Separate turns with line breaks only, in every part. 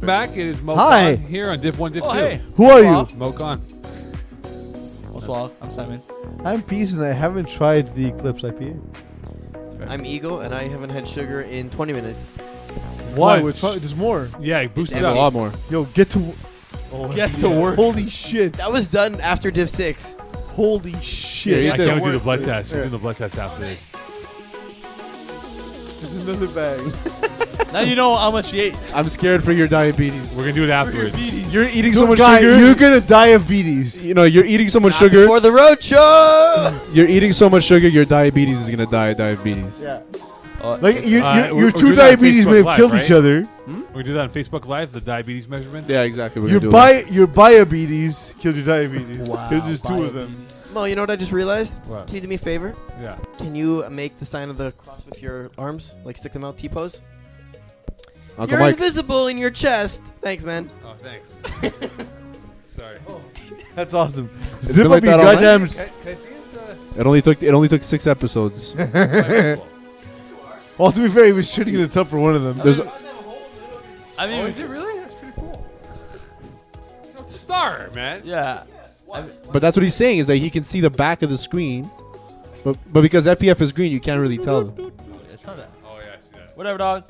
Back, it is Mocon
Hi.
here on Div 1, Div 2.
Oh, hey.
Who are you?
Mocon.
What's up? I'm Simon.
I'm Peace and I haven't tried the Eclipse IPA.
I'm Eagle, and I haven't had sugar in 20 minutes.
Wow, it's pro- there's more.
Yeah, boost it
It's
up.
a lot
more.
Yo, get to. w- Oh,
Get to work.
Holy shit!
That was done after Div 6.
Holy
Yeah,
shit!
yeah, I
That
can't do the
worked.
blood test. We're
Yeah,
doing the blood test after this.
There's another bag.
now you know how much you ate.
I'm scared for your diabetes.
We're going to do it afterwards.
You're eating so
Yo,
much
guy,
sugar.
you're gonna diabetes.
you know, you're eating so much
Not
sugar.
Before the road show!
You're eating so much sugar. Your diabetes is gonna die. of Diabetes.
Yeah.
Uh,
Like you,
Uh,
you,
we're-
your
we're
two
doing that on
diabetes
Facebook
may have
Live,
killed
right?
each other.
We're going to do that on Facebook Live, the diabetes measurement.
Yeah, exactly. We're
Your
gonna
bi-
do
your diabetes killed your diabetes. There's just two of them.
Mo, you know what I just realized?
What?
Can you do me a favor?
Yeah.
Can you make the sign of the cross with your arms? Like stick them out, T pose?
it. Uncle
You're
Mike.
invisible in your chest. Thanks, man.
Oh, thanks. Sorry.
Oh.
That's awesome.
It's
Zip
been
up
like
your
that all night?
goddamn.
Can, can I see it?
It only took it only took six episodes.
Uh,
Well, to be fair, he was shooting in the tub for one of them.
There's
I mean,
oh, is it really? That's pretty cool. No, it's a star, man.
yeah.
But that's what he's saying is that he can see the back of the screen, but but because FPF is green, you can't really tell them.
It's not that.
Oh, yeah, I see that.
Whatever, dog.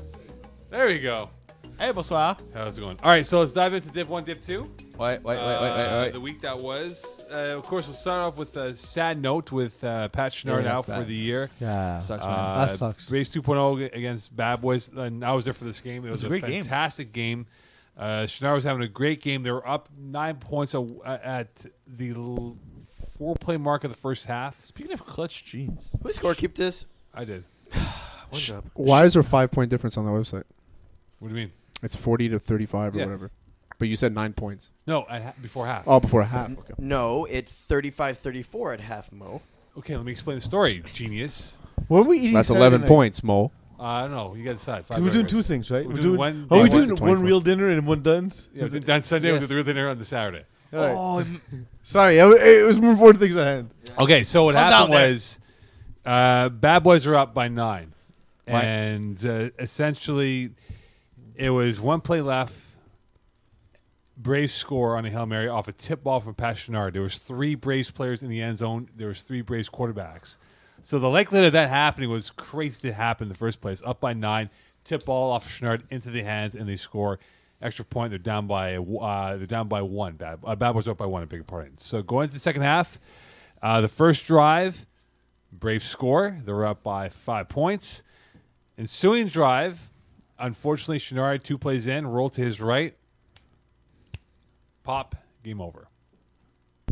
There we go.
Hey, bonsoir.
How's it going? All right, so let's dive into Div 1, Div 2.
Wait, wait, wait,
Uh,
wait, wait, wait.
The week that was. Uh, of course, we'll start off with a sad note with uh, Pat Schnard
that's
out for
bad.
the year.
Yeah.
Sucks, man.
Uh,
That sucks.
Race 2.0 ag- oh against Bad Boys, and I was there for this game. It was,
a
a,
great game.
fantastic game. Uh, Shinar was having a great game. They were up nine points a, at the l- four-play mark of the first half.
Speaking of clutch jeans,
Who scorekeeped this?
I did.
One job.
Why is there five point difference on the website?
What do you mean?
It's forty to thirty five or
Yeah.
whatever. But you said nine points.
No, at ha- before half.
Oh, before half. Okay.
No, it's 35 34 at half Mo.
Okay, let me explain the story, genius.
What are we eating?
That's
Saturday
eleven
night?
points, Mo.
Uh, I don't know. You got to decide. Five
We're doing
burgers.
two things, right?
We're doing one-
Are we
one-
doing
one-
one real dinner and one duns?
Yeah, we did that on Sunday
Yes.
with the real dinner on the Saturday.
All right. Sorry, I, it was more important things at hand.
Okay, so what
I'm down
happened
there.
was uh, Bad Boys are up by nine,
Right.
and uh, essentially it was one play left. Braves score on a hail mary off a tip ball from Pachinard. There was three Braves players in the end zone. There was three Braves quarterbacks. So the likelihood of that happening was crazy to happen in the first place. Up by nine, tip ball off Schnard into the hands, and they score extra point. They're down by uh, they're down by one. Bad uh, Bad Boys are up by one. I beg your pardon. So going into the second half, uh, the first drive, Braves score. They're up by five points. Ensuing drive, unfortunately, Shinari two plays in, roll to his right, pop, game over.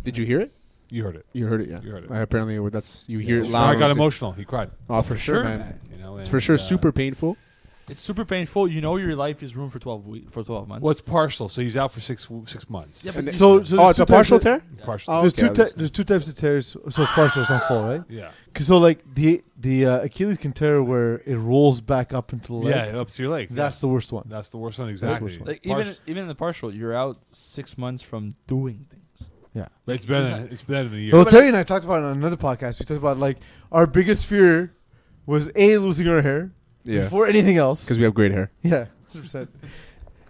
Did you hear it?
You heard it.
You heard it, yeah.
You heard it.
I apparently, well, that's you hear it loud.
Shinari got
It's-
emotional. He cried.
Oh, for sure, man.
You know,
It's for sure
and, uh,
super painful.
it's super painful. You know your life is room for twelve we- for twelve months.
Well, it's partial, so he's out for six six months.
Yeah, but- uh,
And it-
So, so
oh,
there's
it's
two
a partial
types
tear.
of-
partial.
Oh,
There's
okay,
two
I
ty-
understand.
there's two types of tears, so it's partial, it's not full, right?
yeah.
'Cause So like the the uh, Achilles can tear where it rolls back up into the leg.
Yeah, up to your leg.
that's the worst one.
Yeah. that's the worst one
the worst
exactly.
one.
like
Partial.
even even in the partial, you're out six months from doing things.
But it's better.
It's
Than,
not-
it's better than a year.
Well, Terry and I talked about it on another podcast. We talked about like our biggest fear was a losing our hair
Yeah,
before anything else.
because we have great hair.
yeah, hundred percent.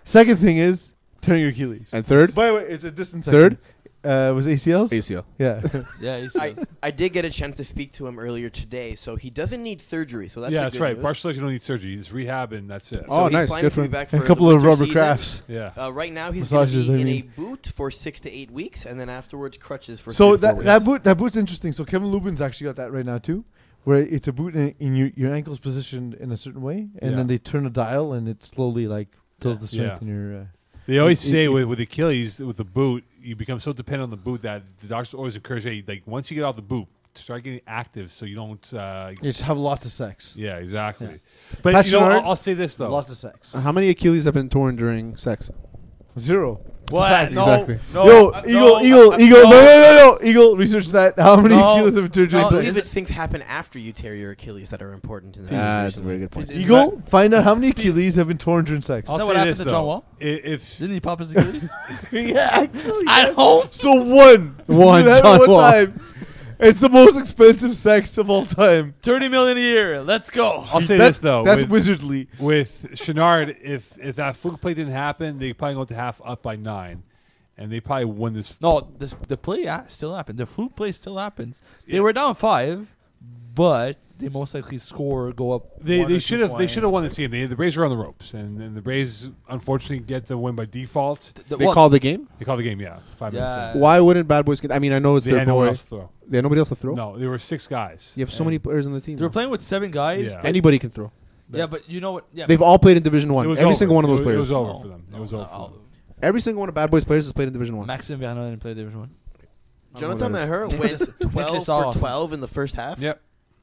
Second thing is tearing your Achilles.
And third,
By the way, it's a distance.
Third?
uh, was ACLs.
ACL.
Yeah,
Yeah, it's,
I, I did get a chance to speak to him earlier today, so he doesn't need surgery. So that's
yeah,
the
that's
good
right.
news.
Partial legs, you don't need surgery. It's rehab, and that's it.
So
Oh,
he's
nice.
planning
Good
to
for
be
him.
back for
and a
the
couple of
winter
rubber
season.
crafts.
yeah.
Uh, right now he's going
Massages, I
in a
mean.
boot for six to eight weeks, and then afterwards crutches for.
So
three to four
that that
weeks.
boot that boot's interesting. So Kevin Lubin's actually got that right now too, where it's a boot and, and your your ankle's positioned in a certain way, and
Yeah.
then they turn a dial and it slowly like builds the strength
Yeah.
in your. Uh,
They always
It- it-
say
it-
with, with Achilles, with the boot, you become so dependent on the boot that the doctors always encourage, hey, like once you get off the boot, start getting active so you don't. Uh,
you just have lots of sex.
yeah, exactly. But
Pat
you know,
Sherrard-
I'll, I'll say this though.
Uh,
Lots of sex.
How many Achilles have been torn during sex?
Zero. It's a fact.
No,
Exactly.
No.
Yo,
uh,
Eagle,
no,
Eagle,
uh,
Eagle, no,
no.
no, no, no, Eagle, research that. How many
No.
kilos of
I
No,
detergent?
Oh,
believe
is
it, things happen after you tear your Achilles that are important in the
Ah, that's a very good
Is-
point.
is
Eagle,
that-
find out how many Achilles have been torn during sex.
Is that
I'll
what
say
happened
this,
to
though.
John Wall?
I- If
Didn't he pop his Achilles?
yeah, actually.
At home?
So one,
One,
Just
John Wall.
time. It's the most expensive sex of all time.
30 million a year. Let's go.
I'll say
That-
this though,
That's
with,
wizardly.
with Chenard, if if that fluke play didn't happen, they probably go to half up by nine, and they probably win this.
No, this, the play a- still happened. The fluke play still happens. They
Yeah.
were down five, but they most likely score, go up.
They,
one or
they
two
should have they should have
points.
won this game. They, the Braves were on the ropes, and, and the Braves unfortunately get the win by default.
Th- th-
They
well,
called the game.
They call the game, yeah, five
Yeah.
minutes. In.
Why wouldn't Bad Boys? Get, I mean, I know it's
They
their
had no one
boy.
else to throw.
They had nobody else to throw.
No, there were six guys.
You have so
And
many players on the team.
They were playing with seven guys.
Yeah.
but-
Anybody can throw.
yeah, but you know what? Yeah,
They've all played in Division
it
One.
was
Every
over.
single one
It
of those
was-
players.
It was over
No,
for them.
no,
It was
no,
over. for
I'll-
them.
Every single one of Bad Boys players has played in Division One.
Maxim Vernon didn't play Division One.
Jonathan
that
Maher
Nick
went
Lis- Nick
12 for
Lissaw.
12 in the first half.
Yep,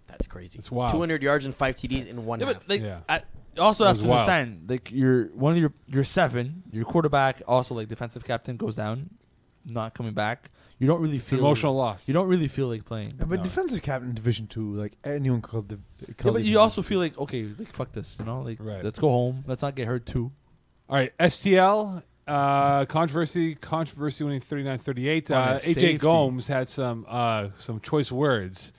That's crazy.
it's wild.
200 yards and five TDs in one
Yeah,
half.
but like
Yeah.
I also
That
have
was
to
wild.
understand like your one of your your seven, your quarterback also like defensive captain goes down, not coming back. You don't really
It's an
feel
emotional loss.
You don't really feel like playing.
Yeah, but
No.
defensive captain division two, like anyone called the.
Yeah, but you also feel like okay, like fuck this, you know, like
Right.
let's go home. Let's not get hurt too.
All right, STL uh, controversy controversy winning 39-38.
On a
Uh,
safety.
AJ Gomes had some uh, some choice words.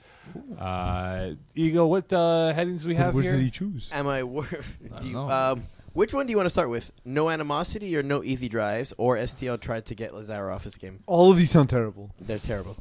Uh, Eagle, what uh, headings do we have
Where did
here?
he choose?
Am I wor-
I
do you,
don't know.
um, which one do you want to start with? No animosity or no easy drives or STL tried to get Lazaro off his game?
All of these sound terrible.
They're terrible.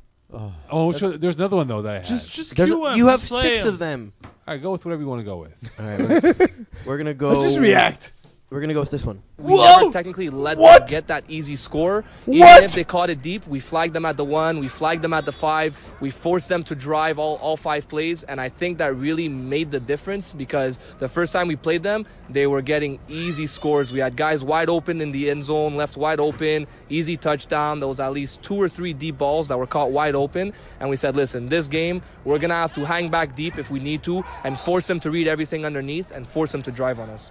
Oh, which one, there's another one though that I had.
Just just
There's-
cue him.
you have
just play
six
him.
of them.
All right, go with whatever you want to go with.
All right, we're gonna go.
Let's just react.
We're gonna go with this one.
We
Whoa!
never technically let
What?
them get that easy score. Even
What?
if they caught it deep, we flagged them at the one, we flagged them at the five, we forced them to drive all, all five plays, and I think that really made the difference because the first time we played them, they were getting easy scores. We had guys wide open in the end zone, left wide open, easy touchdown. There was at least two or three deep balls that were caught wide open, and we said, listen, this game, we're gonna have to hang back deep if we need to, and force them to read everything underneath, and force them to drive on us.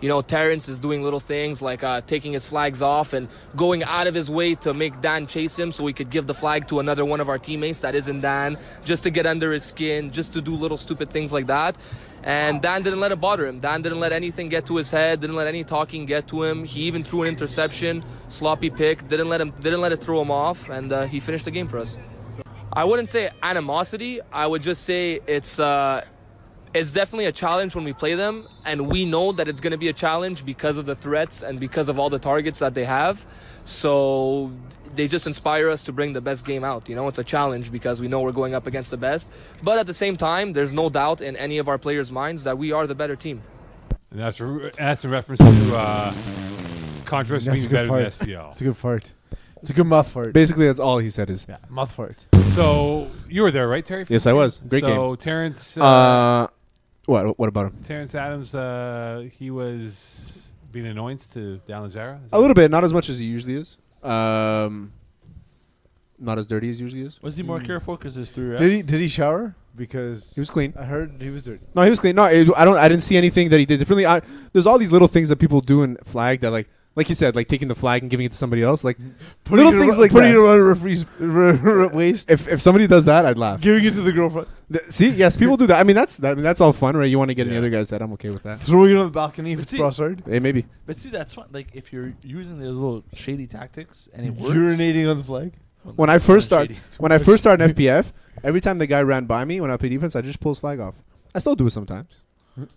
You know, Terrence is doing little things like uh, taking his flags off and going out of his way to make Dan chase him so he could give the flag to another one of our teammates that isn't Dan, just to get under his skin, just to do little stupid things like that. And Dan didn't let it bother him. Dan didn't let anything get to his head. Didn't let any talking get to him. He even threw an interception, sloppy pick. Didn't let him. Didn't let it throw him off. And uh, he finished the game for us. I wouldn't say animosity. I would just say it's uh, it's definitely a challenge when we play them, and we know that it's going to be a challenge because of the threats and because of all the targets that they have. So they just inspire us to bring the best game out. You know, it's a challenge because we know we're going up against the best. But at the same time, there's no doubt in any of our players' minds that we are the better team.
And that's re- that's in reference to uh, controversy
That's
being
a good
better than
part. It's a
STL.
good fart. It's a good mouth fart.
Basically, that's all he said. Is
yeah, mouth fart.
so you were there, right, Terry?
yes, I was great
so
game.
Terrence uh,
Uh, what what about him?
Terrence Adams, uh, he was being annoyance to Dan Lazara. Is
A little bit, not as much as he usually is. Um, not as dirty as he usually is.
Was he more careful because there's three reps?
Did he? Did he shower? Because
He was clean.
I heard he was dirty.
No, he was clean. No, it, I don't. I didn't see anything that he did differently. I, there's all these little things that people do in flag that, like, like you said, like taking the flag and giving it to somebody else. Like, little
it
things
ar-
like
putting
that.
it around a referee's r- r- waist,
If if somebody does that, I'd laugh.
giving it to the girlfriend,
Th- see, yes, people do that. I mean, that's that, I mean, that's all fun, right? You want to get in the
Yeah.
other guy's head? I'm okay with that.
throwing it on the balcony if
But
it's
see-
broadside,
Hey, maybe.
But see, that's fun. Like if you're using those little shady tactics and it works.
urinating on the flag.
Well,
When I
that's
first
kinda
start,
shady.
when I first started in FPF, every time the guy ran by me when I play defense, I just pull his flag off. I still do it sometimes.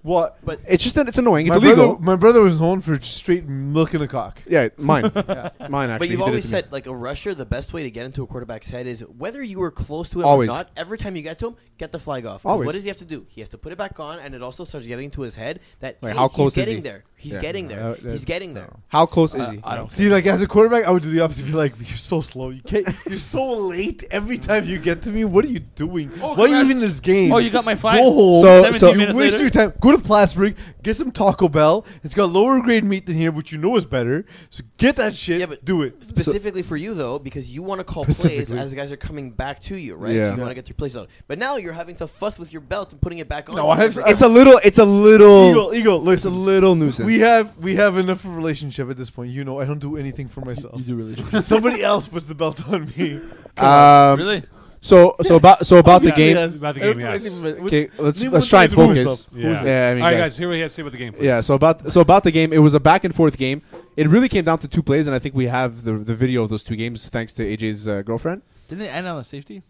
What?
It's just that it's annoying. It's
my
illegal.
Brother, my brother was known for straight milking a cock.
yeah, mine, mine. Actually,
But
he did
you've
it
always
to me.
said like a rusher, the best way to get into a quarterback's head is whether you were close to him
Always.
or not. Every time you get to him, get the flag off. 'Cause
Always.
What does he have to do? He has to put it back on, and it also starts getting into his head that
Like,
hey,
how close is
he's getting
he?
there. He's
Yeah.
getting there.
Uh,
he's getting there.
"How close is he?"
I don't.
See, like as a quarterback, I would do the opposite. Be like, "You're so slow. You can't. You're so late every time you get to me. What are you doing? Why
Oh,
are you
congrats.
even in this game?
Oh, you got my flag.
Go home.
So-
17
so-
you
minutes
waste
later?
your time. Go to Plattsburgh, get some Taco Bell. It's got lower grade meat than here, which you know is better. So get that shit.
Yeah, but-
do it.
Specifically for you though, because you want to call plays
Specifically.
as the guys are coming back to you, right?
Yeah.
So you want to get your plays out. But now you're you're having to fuss with your belt and putting it back on.
No, I have-
It's a little. It's a little.
Eagle, Eagle,
Oh. It's a
listen.
little nuisance.
We have we have enough of a relationship at this point. You know, I don't do anything for myself.
You do really.
Somebody else puts the belt on me.
um,
really?
So so about so about the
Yeah,
game.
yes.
About the
I don't
game,
do
yes.
anything for my-
Okay, let's
Name
let's
one
try
thing
and
I do for
focus.
myself.
Yeah.
Yeah, I mean,
All right,
guys.
guys. Here we have to see about the game. Please.
Yeah, so about so about the game, it was a back and forth game. It really came down to two plays, and I think we have the the video of those two games thanks to AJ's uh, girlfriend.
Didn't it end on a safety?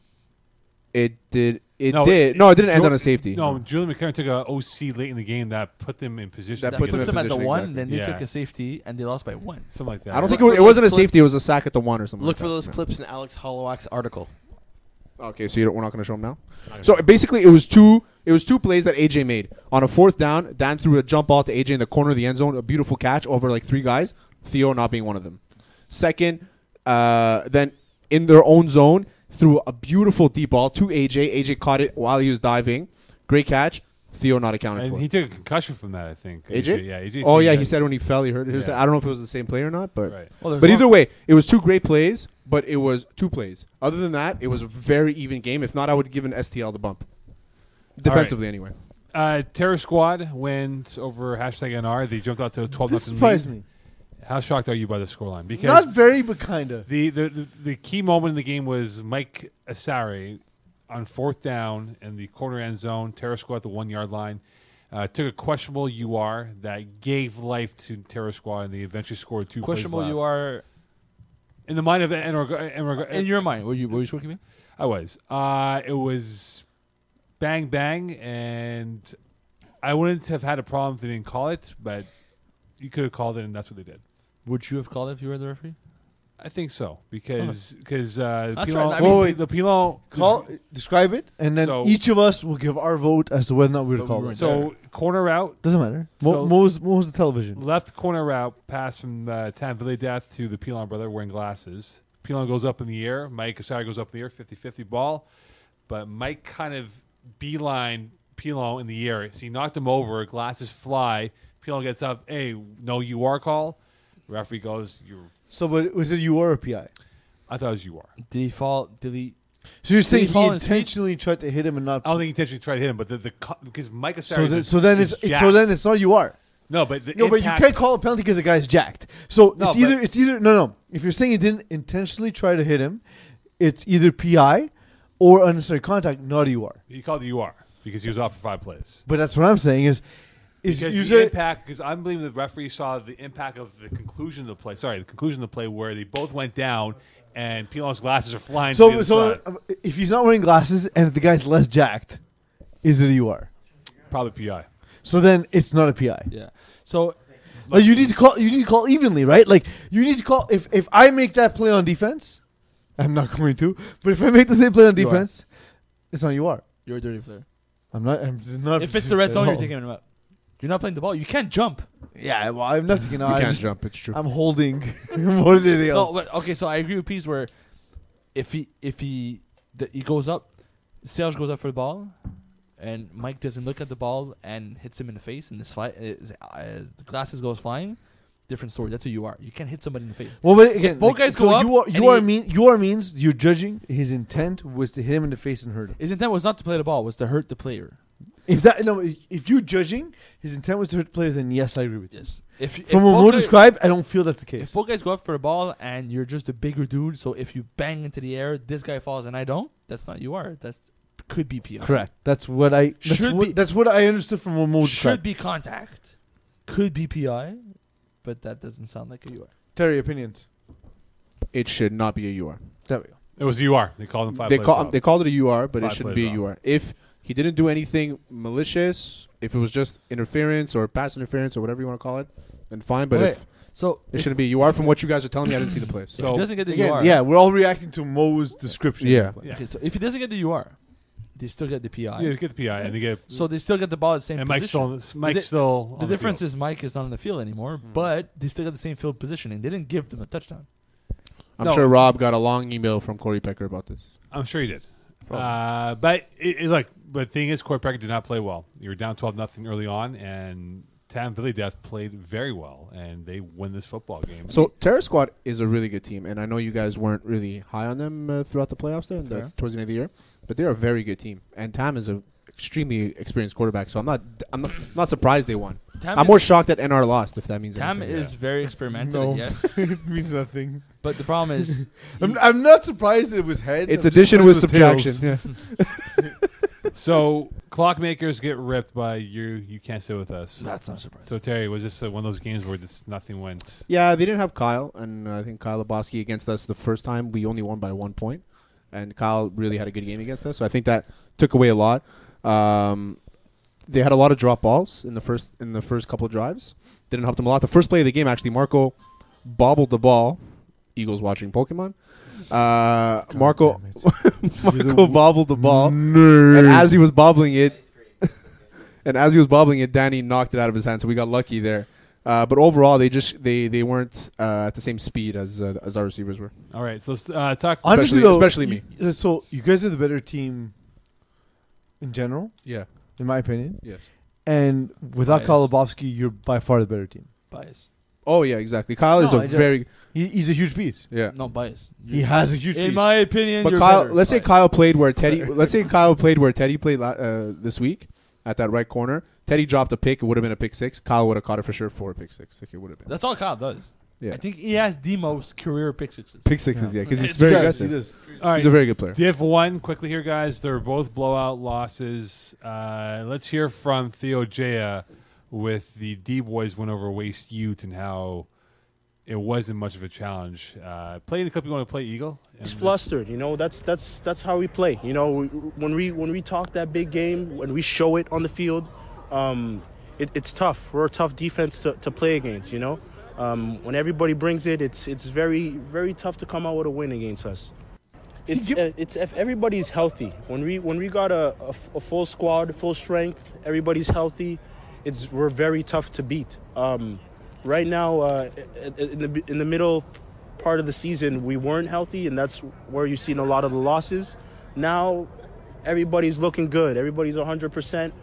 It did. It
No,
did.
it-
no, it didn't end
Jor-
on a safety.
No, Julian McLaren took a OC late in the game that put them in position.
That
to
put
get
them
puts
it.
in
them at the
position,
one.
exactly.
Then they
Yeah.
took a safety and they lost by one.
something like that.
I don't
Look
think it, wa-
for
it wasn't a
those clip-
safety. It was a sack at the one or something.
Look
like
for those
that.
clips in Alex Hollowak's article.
Okay, so you don't, we're not going to show them now. So basically, it was two. It was two plays that AJ made on a fourth down. Dan threw a jump ball to AJ in the corner of the end zone, a beautiful catch over like three guys. Theo not being one of them. Second, uh, then in their own zone, threw a beautiful deep ball to AJ. AJ caught it while he was diving. Great catch. Theo not accounted
And
for.
he took a concussion from that, I think.
AJ?
yeah, AJ.
oh yeah,
that.
he said when he fell, he hurt. his
Yeah.
I don't know if it was the same play or not, but
Right.
Well, there's one-
but either way, it was two great plays. But it was two plays. Other than that, it was a very even game. If not, I would give an STL the bump. Defensively, anyway.
Uh, Terror Squad wins over hashtag NR. They jumped out to a twelve
This
nothing.
surprised me.
How shocked are you by the scoreline? Because
Not very, but kinda.
the, the the the key moment in the game was Mike Asari on fourth down in the corner end zone. Terror Squad at the one yard line. Uh, took a questionable UR that gave life to Terror Squad, and they eventually scored two.
questionable.
plays
You
left.
are
in the mind of Enor.
in your mind. Were you were you smoking me?
I was. Uh, it was bang bang, and I wouldn't have had a problem if they didn't call it, but you could have called it, and that's what they did.
Would you have called if you were the referee?
I think so because because uh,
That's
Pilon-
right, I
well,
mean-
wait, the Pilon
Call, describe it, and then
So-
each of us will give our vote as to whether or not we would
But we
call
weren't
it.
So corner out,
Doesn't matter. Mo,
So-
Mo's, Mo's the television.
left corner out, pass from uh, Tam Death to the Pilon brother wearing glasses. Pilon goes up in the air. Mike Asari goes up in the air, 50-50 ball, but Mike kind of beeline Pilon in the air. So he knocked him over. Glasses fly. Pilon gets up. Hey, no, you are call. Referee goes. You.
So, but was it you or a PI?
I thought it was you are.
Did he fall? Did he?
So you're
he
saying he
fall in his feet?
intentionally tried to hit him and not.
I don't think he intentionally tried to hit him, but the, the co- because Mike Asari.
so, then, so then it's, it's so
jacked.
then it's not you are.
no, but the
No, but you
impact-
can't call a penalty because the guy's jacked. So
No,
it's either
but-
it's either no no. If you're saying you didn't intentionally try to hit him, it's either PI or unnecessary contact, not UR.
He called the UR because he was off for five plays.
But that's what I'm saying is is
Because
you
the
say
impact, because I'm believing the referee saw the impact of the conclusion of the play. Sorry, the conclusion of the play where they both went down and Pilon's glasses are flying. to the
so
other
so
side.
uh, if he's not wearing glasses and the guy's less jacked, is it a UR?
probably PI.
So then it's not a PI.
Yeah. So
Like you need to call you need to call evenly, right? Like you need to call if if I make that play on defense, I'm not going to. But if I make the same play on
You are.
defense, it's not UR.
you're a dirty player.
I'm not. I'm just not.
If it's the red zone, you're
No.
taking him out. You're not playing the ball. You can't jump.
Yeah, well, I'm not taking.
You
No, I
can't
Uh, just,
jump. It's true.
I'm holding more than anything
No,
else.
but okay. So I agree with Pease where if he if he the, he goes up, Serge goes up for the ball, and Mike doesn't look at the ball and hits him in the face, and this fly, his, uh, the glasses goes flying. Different story. That's who you are. You can't hit somebody in the face.
well, but again,
both guys
so
go up
You are,
and
you are
he-
mean. You are means you're judging his intent was to hit him in the face and hurt him.
His intent was not to play the ball; was to hurt the player.
If that no, if you're judging his intent was to hurt the player, then yes, I agree with you.
Yes. If if
From what
both
Mo
guy-
described, I don't feel that's the
if
case.
both guys go up for the ball and you're just a bigger dude, so if you bang into the air, this guy falls and I don't. That's not you are. That's could be PI.
Correct. That's what I. That's
Should
what,
be-
that's what I understood from what Mo described.
Should be contact. Could be PI, but that doesn't sound like a UR.
Terry opinions.
it should not be a UR.
There we go.
It was UR. They called him five.
They
plays
call
out.
they called it a UR, but
Five
it shouldn't be
plays
a UR. If he didn't do anything malicious, if it was just interference or pass interference or whatever you want to call it, then fine. But
Wait,
if
so
it shouldn't be a UR. From what you guys are telling me, I didn't see the play. So
if he doesn't get the
Again,
UR.
yeah, we're all reacting to Mo's description.
Yeah.
Yeah.
Okay, so if he doesn't get the UR, they still get the PI.
Yeah, they get the PI and they get
So they still get the ball at the same
and Mike's
position.
still Mike's
The-
still on
the difference
field.
is Mike is not on the field anymore,
Hmm.
but they still got the same field positioning. They didn't give them a touchdown.
I'm
No.
sure Rob got a long email from Corey Pecker about this.
I'm sure he did.
Oh.
Uh, but it, it, look, but the thing is, Corey Packer did not play well. You were down twelve nothing early on, and Tam Billy Death played very well, and they win this football game.
So Terror Squad is a really good team, and I know you guys weren't really high on them uh, throughout the playoffs there and the,
Fair.
towards the end of the year. but they're a very good team. And Tam is an extremely experienced quarterback, so I'm not I'm not, I'm not surprised they won.
Tam
I'm
is,
more shocked that NR lost, if that means
Tam
anything.
is very
No.
experimental, yes.
it means nothing.
But the problem is,
I'm, I'm not surprised that it was heads.
It's
I'm just
addition with
surprised it was
subtraction.
tails.
Yeah.
So clockmakers get ripped by you. You can't sit with us.
that's not surprising.
So Terry, was this uh, one of those games where this nothing went?
Yeah, they didn't have Kyle, and uh, I think Kyle Lebowski against us the first time we only won by one point, and Kyle really had a good game against us. So I think that took away a lot. Um, they had a lot of drop balls in the first in the first couple drives. Didn't help them a lot. The first play of the game actually, Marco bobbled the ball. Eagles watching Pokemon. Uh, Marco Marco bobbled the ball, and as he was bobbling it, and as he was bobbling it, Danny knocked it out of his hand. So we got lucky there. Uh, but overall, they just they they weren't uh, at the same speed as uh, as our receivers were.
All right. So uh, talk.
Honestly,
Especially-
though,
especially
y-
me.
uh, so you guys are the better team in general,
Yeah.
in my opinion.
Yes.
And without
Nice.
Kyle Lebowski, you're by far the better team.
Bias.
Oh yeah, exactly. Kyle is
No,
a
I ju-
very
He, he's a huge piece.
yeah.
Not bias.
He has a huge
In
piece.
my opinion,
But
you're
Kyle,
better.
let's say
Bias.
Kyle played where Teddy. let's say Kyle played where Teddy played la- uh, this week at that right corner. Teddy dropped a pick. It would have been a pick six. Kyle would have caught it for sure for a pick six. Like it would have been.
That's all Kyle does.
Yeah.
I think he has the most career pick sixes.
pick sixes, yeah, because he's
He
very
does,
aggressive.
he does.
All right.
He's a very good player.
Div one quickly here, guys. They're both blowout losses. Uh, let's hear from Theo Jaya with the D boys win over Waste Ute and how it wasn't much of a challenge. Uh, playing the clip, you want to play Eagle? And
It's
this-
flustered, you know. That's that's that's how we play. You know, we, when we when we talk that big game, when we show it on the field, um, it, it's tough. We're a tough defense to, to play against. You know, um, when everybody brings it, it's it's very very tough to come out with a win against us. It's,
give-
uh, it's if everybody's healthy. When we when we got a, a f- a full squad, full strength, everybody's healthy. It's we're very tough to beat. Um, right now, uh, i- i- in the in the middle part of the season, we weren't healthy, and that's where you've seen a lot of the losses. Now, everybody's looking good. Everybody's 100 percent,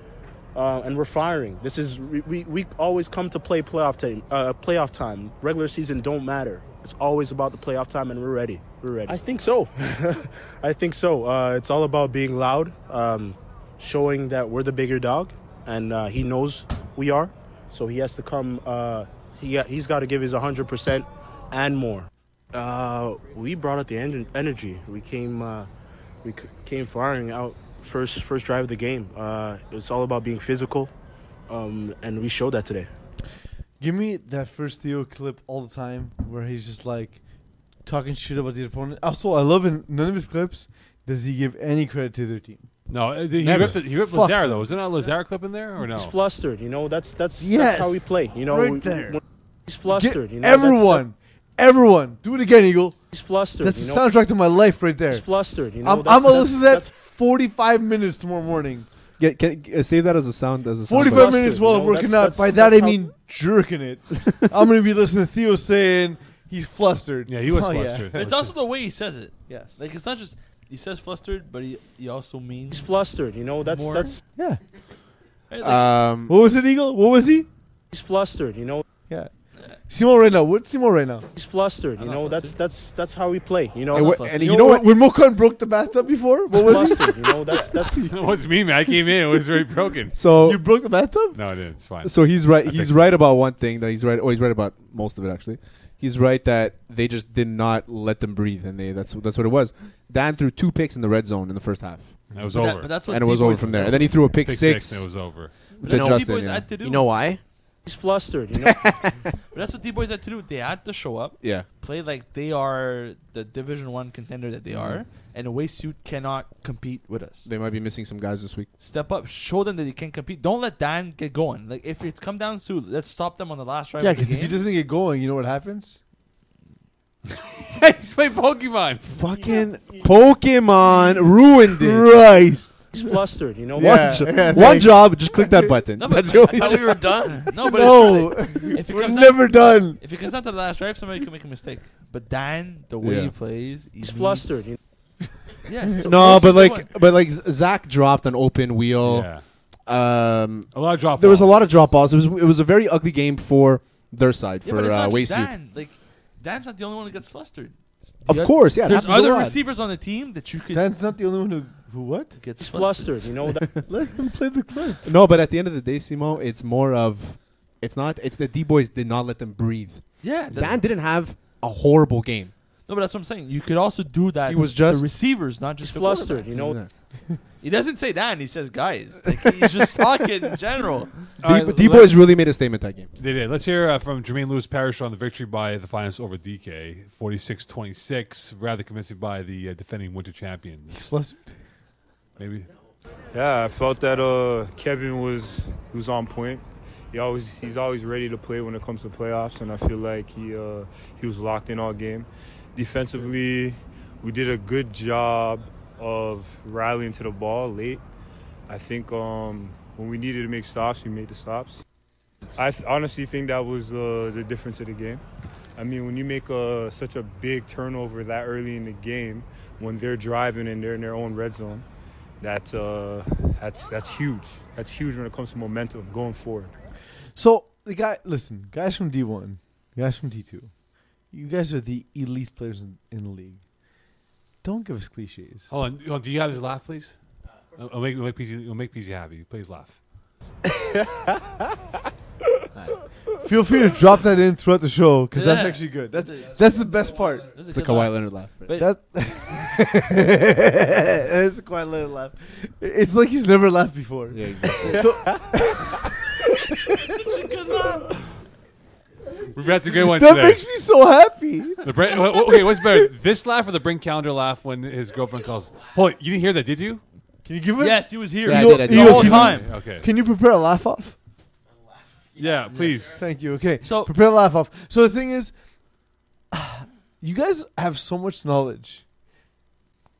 uh, and we're firing. This is we, we, we always come to play playoff time. Uh, playoff time, regular season don't matter. It's always about the playoff time, and we're ready. We're ready. I think so. I think so. Uh, it's all about being loud, um, showing that we're the bigger dog, and uh, he knows we are. So he has to come. Uh, he he's got to give his 100 percent and more. Uh, we brought out the en- energy. We came. Uh, we c- came firing out first first drive of the game. Uh, it's all about being physical, um, and we showed that today.
Give me that first Theo clip all the time where he's just like talking shit about the opponent. Also, I love in none of his clips does he give any credit to their team.
No, uh, he
Never.
ripped, he ripped
Fuck.
Lazar, though. Was there not a Lazar clip in there or no?
He's flustered, you know. That's that's
Oh. Yes.
that's how we play. You know,
Right
we-
there.
we- he's flustered.
Get
you know, that's-
everyone, everyone, do it again, Eagle.
he's flustered.
That's
you
the
know?
soundtrack to my life right there.
He's flustered. You know,
I'm,
that's-
I'm gonna
that's-
listen to that
that's
45 minutes tomorrow morning.
Get, can, uh, save that as a sound as a sound
45
bite.
Buster,
minutes
you
while
know,
I'm working
that's-
out.
that's-
By that I
that's how-
mean jerking it. I'm gonna be listening to Theo saying he's flustered.
Yeah, he was
Oh, yeah.
flustered.
It's also the way he says it.
Yes.
Like it's not just he says flustered, but he, he also means
He's flustered. You know, that's
More?
that's
yeah.
Right, like,
Um,
What was it, Eagle? What was he?
he's flustered. You know,
Yeah. Simo right now. What's Simo right now?
he's flustered.
I'm
You
not
know, that's
flustered.
that's that's how we play. You know,
and,
not
wha-
fussy.
and
You,
you
know
know what?
When Mokan broke the bathtub before, what was he?
flustered. you know, that's that's
it was me, man. I came in. It was very broken.
So
You broke the bathtub?
No, it didn't. It's fine.
So he's right.
I
He's
think-
right about one thing that he's right. Oh, he's right about most of it actually. He's right that they just did not let them breathe, and they that's that's what it was. Dan threw two picks in the red zone in the first half,
It was
but that-
over.
but that's what
and it was over
D-boys
from
does.
there. And then he threw a pick,
Pick
six.
six. and It was over.
to
That's what
Justin,
D-boys
yeah.
had to do.
You know why?
he's flustered. You know,
But that's what D boys had to do. They had to show up,
yeah,
play like they are the Division One contender that they are, and away suit cannot compete with us.
Mm-hmm. they might be missing some guys this week.
Step up, show them that they can compete. Don't let Dan get going. Like if it's come down to, let's stop them on the last drive.
Yeah,
of the
because if he
game.
doesn't get going, you know what happens?
He's playing Pokemon.
Fucking Pokemon ruined it.
Christ.
he's flustered. You know,
One,
Yeah,
jo-
yeah,
one
thanks.
job, just click that button.
No, but-
that's the only
Thought
job.
we were done.
no, but it's-
No.
if it
We're
comes
never done.
If it comes down to the last drive, somebody can make a mistake. But Dan, the way
Yeah.
he plays, he
he's
needs-
flustered. You
Yeah, so-
No,
so
but
good
like,
one.
but like Zach dropped an open wheel.
Yeah.
Um,
A lot of drop.
there was a
Oh.
off.
lot of drop balls. It was it was a very ugly game for their side
yeah, but
for
it's
uh,
not just
Waste Youth.
Dan. Like Dan's not the only one who gets flustered. It's the
Of
oth-
course, yeah. it
there's
happens a
other
lot.
receivers on the team that you could.
Dan's not the only one who Who what?
Gets
He's flustered, you know. That,
Let him play the clip.
No, but at the end of the day, Simo, it's more of it's not. It's the D boys did not let them breathe.
Yeah, that,
Dan didn't have a horrible game.
no, but that's what I'm saying. You could also do that.
He was
to
just-
the receivers, not
he's
just the
flustered,
quarterbacks.
you know.
He doesn't say that. He says guys. Like, he's just talking in general.
All right,
D
let-
boys really made a statement that game.
They did. Let's hear uh, from Jermaine Lewis Parrish on the victory by the finals over DK, 46-26, rather convincing by the uh, defending winter champions.
Plus,
Maybe
Yeah, I felt that uh, Kevin was he was on point. He always he's always ready to play when it comes to playoffs, and I feel like he uh, he was locked in all game. Defensively, we did a good job of rallying to the ball late. I think um, when we needed to make stops, we made the stops. I th- honestly think that was uh, the difference of the game. I mean, when you make a, such a big turnover that early in the game, when they're driving and they're in their own red zone, that's uh, that's that's huge. That's huge when it comes to momentum going forward.
so the guy, listen, guys from D one, guys from D two, you guys are the elite players in, in the league. Don't give us cliches.
Hold on, hold on, do you have his laugh, please? I'll, I'll make, I'll make PZ, will make PZ happy. Please laugh.
Feel free to drop that in throughout the show because that's
Yeah.
actually good. That's that's the best part.
That's
It's a
good
Kawhi
laugh.
Leonard laugh.
But
That it's a quiet little laugh. It's like he's never laughed before.
Yeah, exactly.
So
We've had some good ones
that
today.
makes me so happy.
The Brent, wha- wha- okay, what's better, this laugh or the Brent Calendar laugh when his girlfriend calls? Hold, on, you didn't hear that, did you?
Can you give it?
yes, he was here.
Yeah, I
Yo-
did, I did.
yo,
The whole
can you-
time.
Okay.
Can you prepare a laugh off?
Yeah, please.
Thank you. Okay.
So-
prepare a laugh off. So the thing is, you guys have so much knowledge.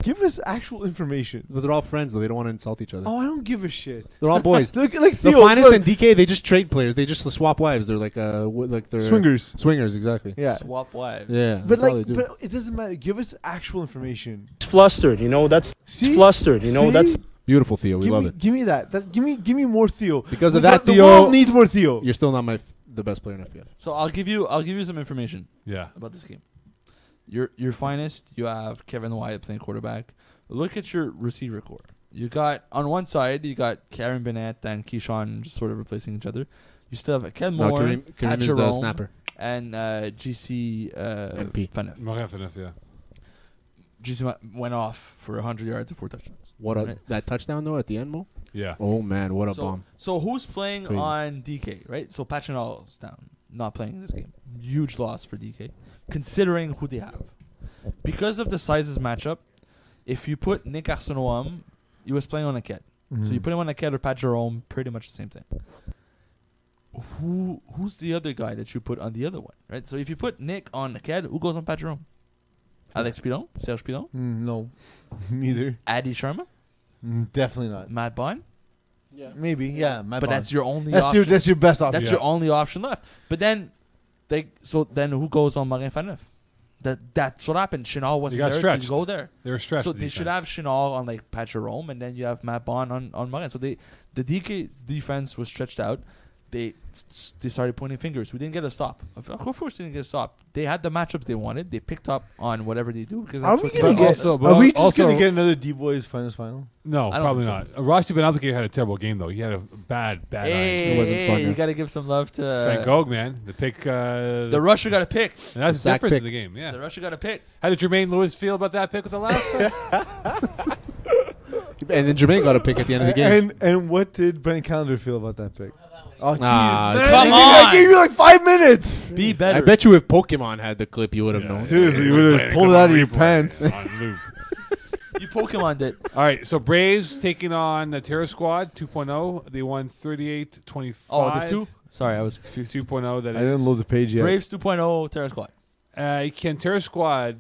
Give us actual information.
But they're all friends, though. They don't want to insult each other.
Oh, I don't give a shit.
They're all boys.
Look, like
the
Theo,
finest
look,
and DK, they just trade players. They just swap wives. They're like uh, w- like they're
swingers.
Swingers, exactly.
Yeah.
Swap wives.
Yeah,
But
that's all
like,
they do.
but it doesn't matter. Give us actual information.
He's flustered, you know. That's
See,
flustered, you know.
See?
That's
beautiful, Theo. We
give
love
me,
it.
Give me that. that. Give me, give me more Theo.
Because
We
of that,
got- the
Theo,
world needs more Theo.
you're still not my f- the best player in FPL.
So I'll give you I'll give you some information
Yeah.
about this game. Your your finest, you have Kevin Wyatt playing quarterback. Look at your receiver core. You got on one side you got Karen Bennett and Keyshawn just sort of replacing each other. You still have Ken Moore,
no, Kareem, Kareem
Pat
is the
Jerome,
snapper.
and uh, GC uh,
MP.
Phaneuf.
Well, half enough, yeah.
GC wa- went off for 100 yards and four touchdowns.
What a,
Right.
that touchdown though at the end, Mo.
Yeah.
Oh man, what a
so,
bomb!
So who's playing
Crazy.
on DK, right? So Pachinal's down, not playing in this game. Huge loss for DK, considering who they have. Because of the sizes matchup, if you put Nick Arsenault, he was playing on a cat.
Mm-hmm.
So
Hmm.
you put him on a cat or Pat Jerome, pretty much the same thing. Who who's the other guy that you put on the other one, right? So if you put Nick on a cat, who goes on Pat Jerome? Alex Pilon, Serge Pilon,
Mm, no, neither.
Adi Sharma,
Mm, definitely not.
Matt Bond.
Maybe. Yeah. My
But
bad.
that's your only.
that's your
option.
that's your best option.
That's
Yeah.
your only option left. But then, they so then who goes on Marin Faneuf? That that's what happened. Chenal wasn't
got
there.
stretched.
Didn't go there.
They were stressed.
so
the
they should have
defense.
Chenal on like Pat Jerome, and then you have Matt Bond on on Marin. So they the DK defense was stretched out. They s- s- they started pointing fingers. We didn't get a stop. Of of course, we didn't get a stop. They had the matchups they wanted. They picked up on whatever they do because
Are
that's
we
what
gonna
they-
But
get?
also- but
Are we just
also-
gonna get another D boys finals final?
No,
I don't
probably not.
think
Uh, Rossi Benaldica had a terrible game, though. He had a bad, bad
Hey,
It
night.
wasn't
hey,
fun,
you
yeah.
got to give some love to
Van Gogh, man. The pick. Uh,
the Russia. Got a pick.
and that's the
sack
difference
pick.
in the game,
The
yeah.
Russia got a pick.
How did Jermaine Lewis feel about that pick with the laugh?
And then Jermaine got a pick at the end of the game.
And and what did Brent Calendar feel about that pick? Oh jeez,
Ah,
man,
come
I
on.
gave you like five minutes.
Be better.
I bet you if Pokemon had the clip, you would have known.
Seriously, you would have pulled it out of your pants.
you Pokemon it.
All right, so Braves taking on the Terra Squad 2.0. They won 38 25.
Oh, there's two. Sorry, I was confused.
2.0, oh, that
I didn't load the page yet.
Braves 2.0 Terra Squad.
Uh, can Terra Squad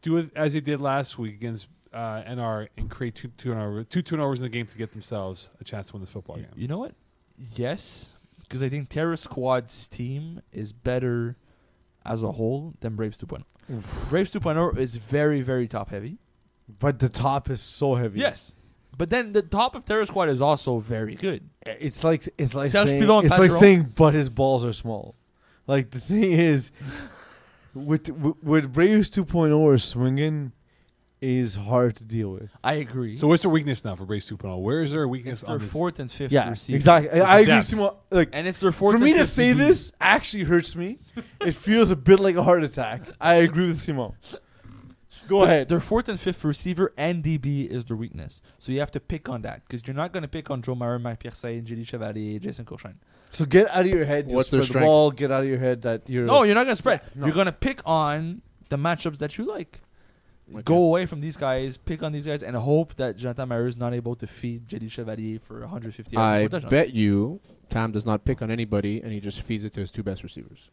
do it as they did last week against uh, NR and create two, two, turnovers, two turnovers in the game to get themselves a chance to win this football game?
You know what? Yes, because I think Terra Squad's team is better as a whole than Braves 2.0. Braves 2.0 is very, very top heavy.
But the top is so heavy.
Yes. But then the top of Terra Squad is also very good.
It's like it's like
Serge
saying,
Pilon,
it's
Pat
like
Jerome.
saying, but his balls are small. Like the thing is, with with, with Braves 2.0 are oh swinging, is hard to deal with.
I agree.
So what's their weakness now for Brace 2.0? Where is their weakness
it's
on
their
this?
fourth and fifth
Yeah,
receiver.
exactly. I, I agree,
Depth.
Simon. Like
And it's their fourth.
for
and
me to
fifth
say
DB.
this actually hurts me. it feels a bit like a heart attack. I agree with Simon. Go ahead.
Their fourth and fifth receiver and DB is their weakness. So you have to pick on that because you're not going to pick on Joe Mara, Mike Pierce, Julie Chevalier, Jason Courchain.
So get out of your head.
What's
What's
their
the
strength?
ball? Get out of your head that you're.
No, you're not going to spread.
No.
You're going to pick on the matchups that you like.
Okay.
Go away from these guys, pick on these guys, and hope that Jonathan Maru is not able to feed Julie Chevalier for 150 yards.
I
and four touchdowns.
bet you Tam does not pick on anybody and he just feeds it to his two best receivers.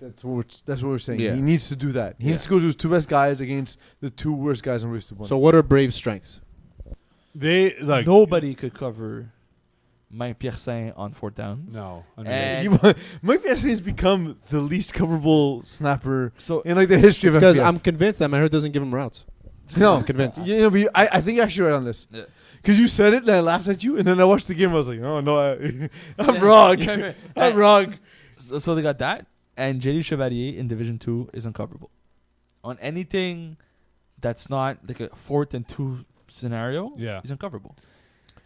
that's what we're, that's what we're saying.
Yeah.
He needs to do that. He
Yeah.
needs to go to his two best guys against the two oh. worst guys on Race to One.
So what are Brave's strengths?
They like
Nobody could cover Mike Pierce on fourth downs.
No,
And-
You- Mike Patterson has become the least coverable snapper
So
in like the history of
Because
FPF.
I'm convinced that Maher doesn't give him routes.
no
I'm convinced.
You know, but you- I, I think you're actually right on this.
Yeah.
Because you said it and I laughed at you, and then I watched the game. I was like, oh no, I, I'm wrong. I'm wrong.
So, so they got that, and JD Chevalier in Division Two is uncoverable. On anything that's not like a fourth and two scenario,
Yeah.
he's uncoverable.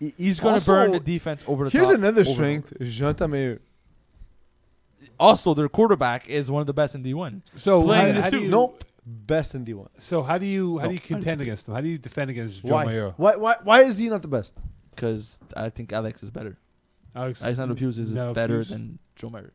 He- He's gonna
Also,
burn the defense over the
Here's
top.
another
over and
strength: Jean Tamayo.
over. Also, their quarterback is one of the best in D one.
so
Playing
how,
the
how do
two.
you,
Nope, best in D1.
So how do you how
No.
do you contend against them? How do you defend against Joe
Why?
Mayo?
why? Why? Why is he not the best?
Because I think Alex is better.
Alex
Alexander Hughes is
Alexander
better
Hughes?
than Joe Meyer.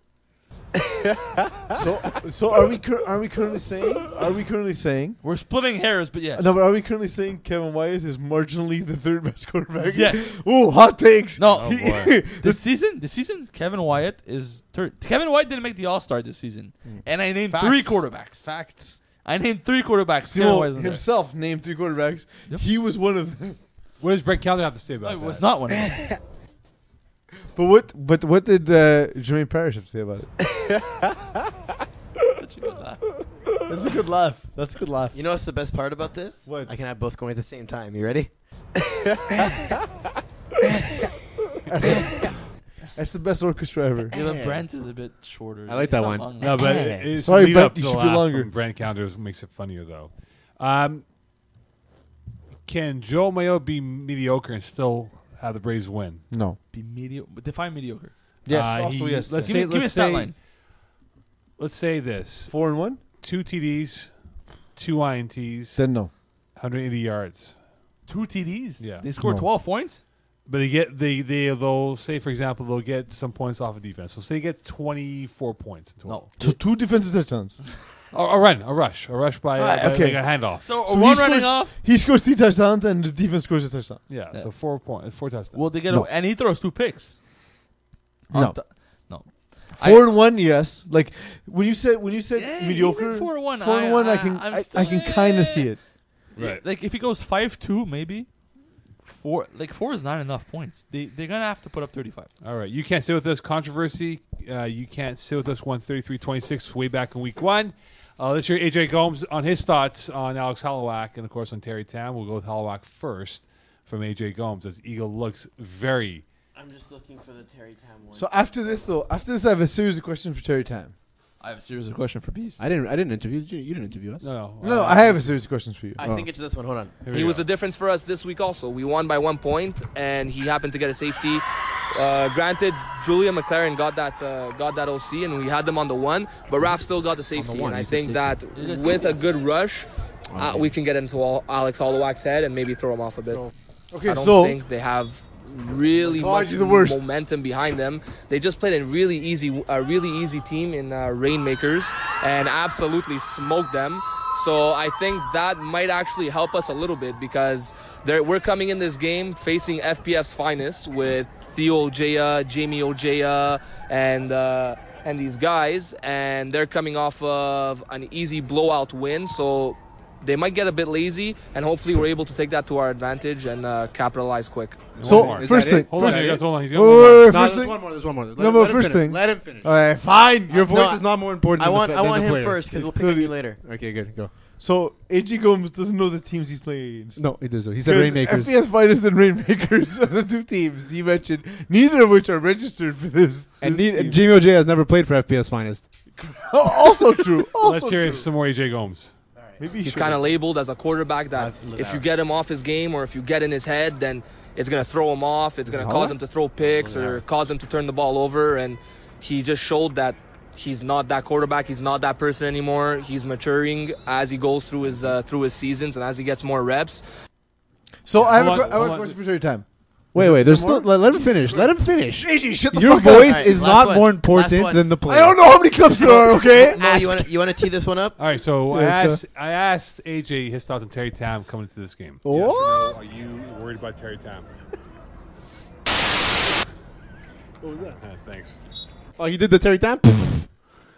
So, so are we? Cur- are we currently saying? Are we currently saying?
We're splitting hairs, but yes.
No, but are we currently saying Kevin Wyatt is marginally the third best quarterback?
Yes.
Ooh, hot takes.
No.
Oh, boy.
This season, this season, Kevin Wyatt is third. Kevin Wyatt didn't make the All Star this season,
Mm.
and I named three
Facts.
quarterbacks.
Facts.
I named three quarterbacks. Kevin Wyatt
Simo
isn't there.
himself named three quarterbacks.
Yep.
He was one of them.
What does Brett Calder have to say
No,
about
it
that?
was not one. of them.
But what? But what did uh, Jermaine Parrish have to say about it?
Such a good laugh.
That's a good laugh. That's a good laugh.
You know what's the best part about this?
What?
I can have both going at the same time. You ready?
That's the best orchestra ever.
Dylan Brandt is a bit shorter.
I like that
He's not
one.
long
No,
enough.
but it- it's
Sorry,
the lead
Brett,
up to
you
the
should be
laugh from
longer.
Brent Calder makes it funnier though. Um, can Joe Mayo be mediocre and still have the Braves win?
No.
be mediocre. Define mediocre.
Yes.
Uh,
also
he-
yes.
let's
yes.
Give me,
say-
give me a stat
say-
line.
Let's say this:
four and one.
two TDs, two ints,
Then no.
180 yards.
Two TDs.
Yeah.
They scored
No.
12 points.
But they get they they they'll say for example they'll get some points off of defense. So say they get 24 points. In total.
No.
So two defensive touchdowns.
A, a run, a rush, a rush by,
Ah,
by
okay.
like a handoff.
So,
So
one
he
running
scores-
off.
He scores three touchdowns and the defense scores a touchdown.
Yeah,
Yeah.
so four point, four touchdowns.
Well, they get
No.
a, and he throws two picks.
No.
On to- no. Uh, I-
Four and one. Yes. Like when you said when you said
Yeah,
mediocre.
even Four one.
four and one. I, can
I'm
I,
still-
I can kind of see it.
right.
Like if he goes five two, maybe four. Like four is not enough points. They they're gonna have to put up 35.
All right. You can't sit with us. Controversy. Uh, you can't sit with us. 133-26 way back in week one. Uh, let's hear AJ Gomes on his thoughts on Alex Hollowak and of course on Terry Tam. We'll go with Hollowak first from AJ Gomes as Eagle looks very.
I'm just looking for the Terry Tam one.
So after this though, after this, I have a series of questions for Terry Time.
I have a serious question for Beast.
I didn't I didn't interview you. You didn't interview us.
No, no.
No, I have a series of questions for you.
I
Oh.
think it's this one. Hold on.
uh, Here we
He was
go.
the difference for us this week also. We won by one point, and he happened to get a safety. Uh, granted, Julia McLaren got that uh, got that OC, and we had them on the one, but Raf still got the safety.
one,
and I
he said
think that
Yeah, that's
with a good rush, uh,
yeah.
we can get into all Alex Hollowak's head and maybe throw him off a bit. I
okay,
don't
so
think they have really
God,
much
you're the worst.
momentum behind them. They just played a really easy, a really easy team in uh, Rainmakers and absolutely smoked them. So I think that might actually help us a little bit because they're, we're coming in this game facing FPF's finest with Theo Ojea, Jamie Ojea, and. Uh, and these guys, and they're coming off of an easy blowout win, so they might get a bit lazy, and hopefully we're able to take that to our advantage and uh, capitalize quick.
So,
more.
Is
first
that it?
thing-
Hold
first
on,
thing-
guys, hold on. He's got
Wait,
one more.
wait, wait,
No,
first
there's
thing.
one more. There's one more. Let,
No,
him-
but
let him
first
finish.
thing-
Let him finish.
All right, fine. Your
Your
voice
voice
No,
is not more important.
I
than the
want
fa-
I
than the
want him
player.
first because we'll pick on you later.
Okay, good. Go.
So AG Gomes doesn't know the teams he's playing against.
No, he does. He said
Because
Rainmakers.
FPS Fighters and Rainmakers are the two teams he mentioned, neither of which are registered for this.
And
this
ne- and
team.
Jimmy OJ has never played for FPS Finest.
also true. Also
Let's hear
true.
some more AJ Gomes.
All right.
Maybe he
He's
should-
kind of labeled as a quarterback that
That's
if you
Lazaro.
get him off his game or if you get in his head, then it's going to throw him off. It's going to cause him to throw picks or cause him to turn the ball over. And he just showed that he's not that quarterback. He's not that person anymore. He's maturing as he goes through his uh, through his seasons and as he gets more reps.
So I have,
Hold
a,
on,
que- I have
hold
a
on.
question for your time.
Wait, wait. There's still.
more?
Let, let him finish. Let him finish.
AJ, shut the
Your
fuck up.
voice
Alright,
is
last
not
one.
more
Last
important
one.
than the play.
I don't know how many clips there are. Okay.
Mo, you want you want to tee this one up?
All right, so I
Yeah, let's
asked, I asked AJ his thoughts on Terry Tam coming into this game.
What?
Yes or no, are you worried about Terry Tam? what was that? thanks.
Oh, you did the Terry Tam.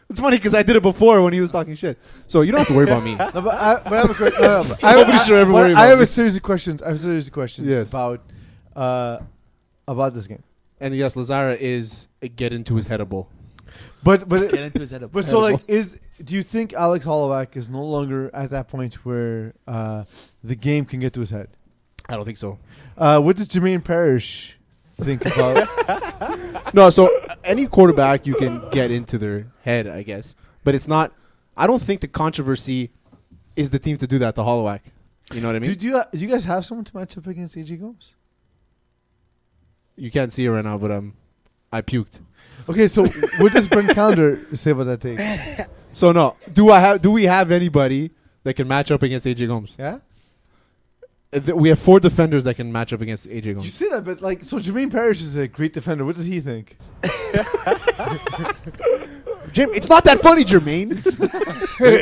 It's funny because I did it before when he was talking shit. So you don't have to worry about me.
No, but I, but I have a question. No, no, but I,
Nobody
I-
should ever
but
worry
I
about
have a
this.
series of questions. I have a series of questions
Yes.
about uh, about this game.
And yes, Lazara is a get into his headable.
But but
Get into his head.
but so like is do you think Alex Hollowback is no longer at that point where uh, the game can get to his head?
I don't think so.
Uh, what does Jermaine Parrish think about?
No, so any quarterback you can get into their head, I guess. But it's not. I don't think the controversy is the team to do that to Holloway. You know what I mean?
do, do you do you guys have someone to match up against AJ Gomes?
you can't see it right now, but um, I puked.
Okay, so what does Brent Calendar say about that take?
So no, do I have? Do we have anybody that can match up against AJ Gomes?
Yeah,
Uh, th- We have four defenders that can match up against AJ
you
Gomes.
say that, but like, so Jermaine Parrish is a great defender. What does he think?
Jim, it's not that funny, Jermaine.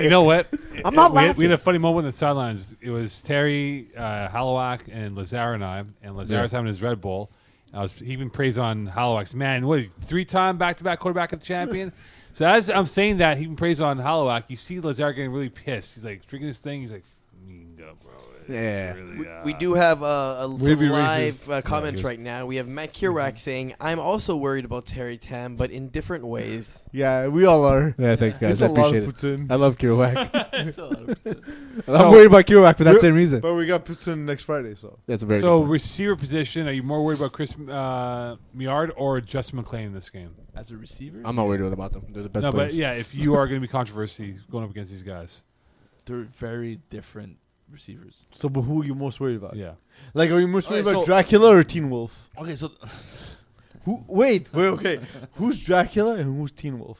you know what?
I'm not
we Had, we
laughing.
had a funny moment on the sidelines. It was Terry uh, Halowak and Lazar and I, and Lazar's
Yeah.
having his Red Bull. I was even praise on Halowak's man. What three time back to back quarterback of the champion? so as I'm saying that, even praise on Halowak. You see Lazar getting really pissed. He's like drinking his thing. He's like, mean up, bro. It's
Yeah.
really,
We,
uh,
we do have uh, a
We'd be
some live uh, comments
he was-
right now. We have Matt Kirak saying, "I'm also worried about Terry Tam, but in different ways."
Yeah, we all are.
yeah, thanks
it's
guys. I
a lot
appreciate
of
it.
puts in.
I love Kiroak.
So-
I'm worried about Kiroak for that
You're-
same reason.
But we got puts in next Friday, so
That's a very
so
good point.
receiver position. Are you more worried about Chris uh, Miard or Justin McLean in this game?
as a receiver,
I'm not worried about them. They're the best
no,
players.
but yeah, if you are going to be controversy going up against these guys,
they're very different receivers.
so but who are you most
Uh,
worried about?
yeah.
Like, are you most worried
Okay,
about
so-
Dracula or Teen Wolf?
Okay, so
Who? Wait, wait, okay. who's Dracula and who's Teen Wolf?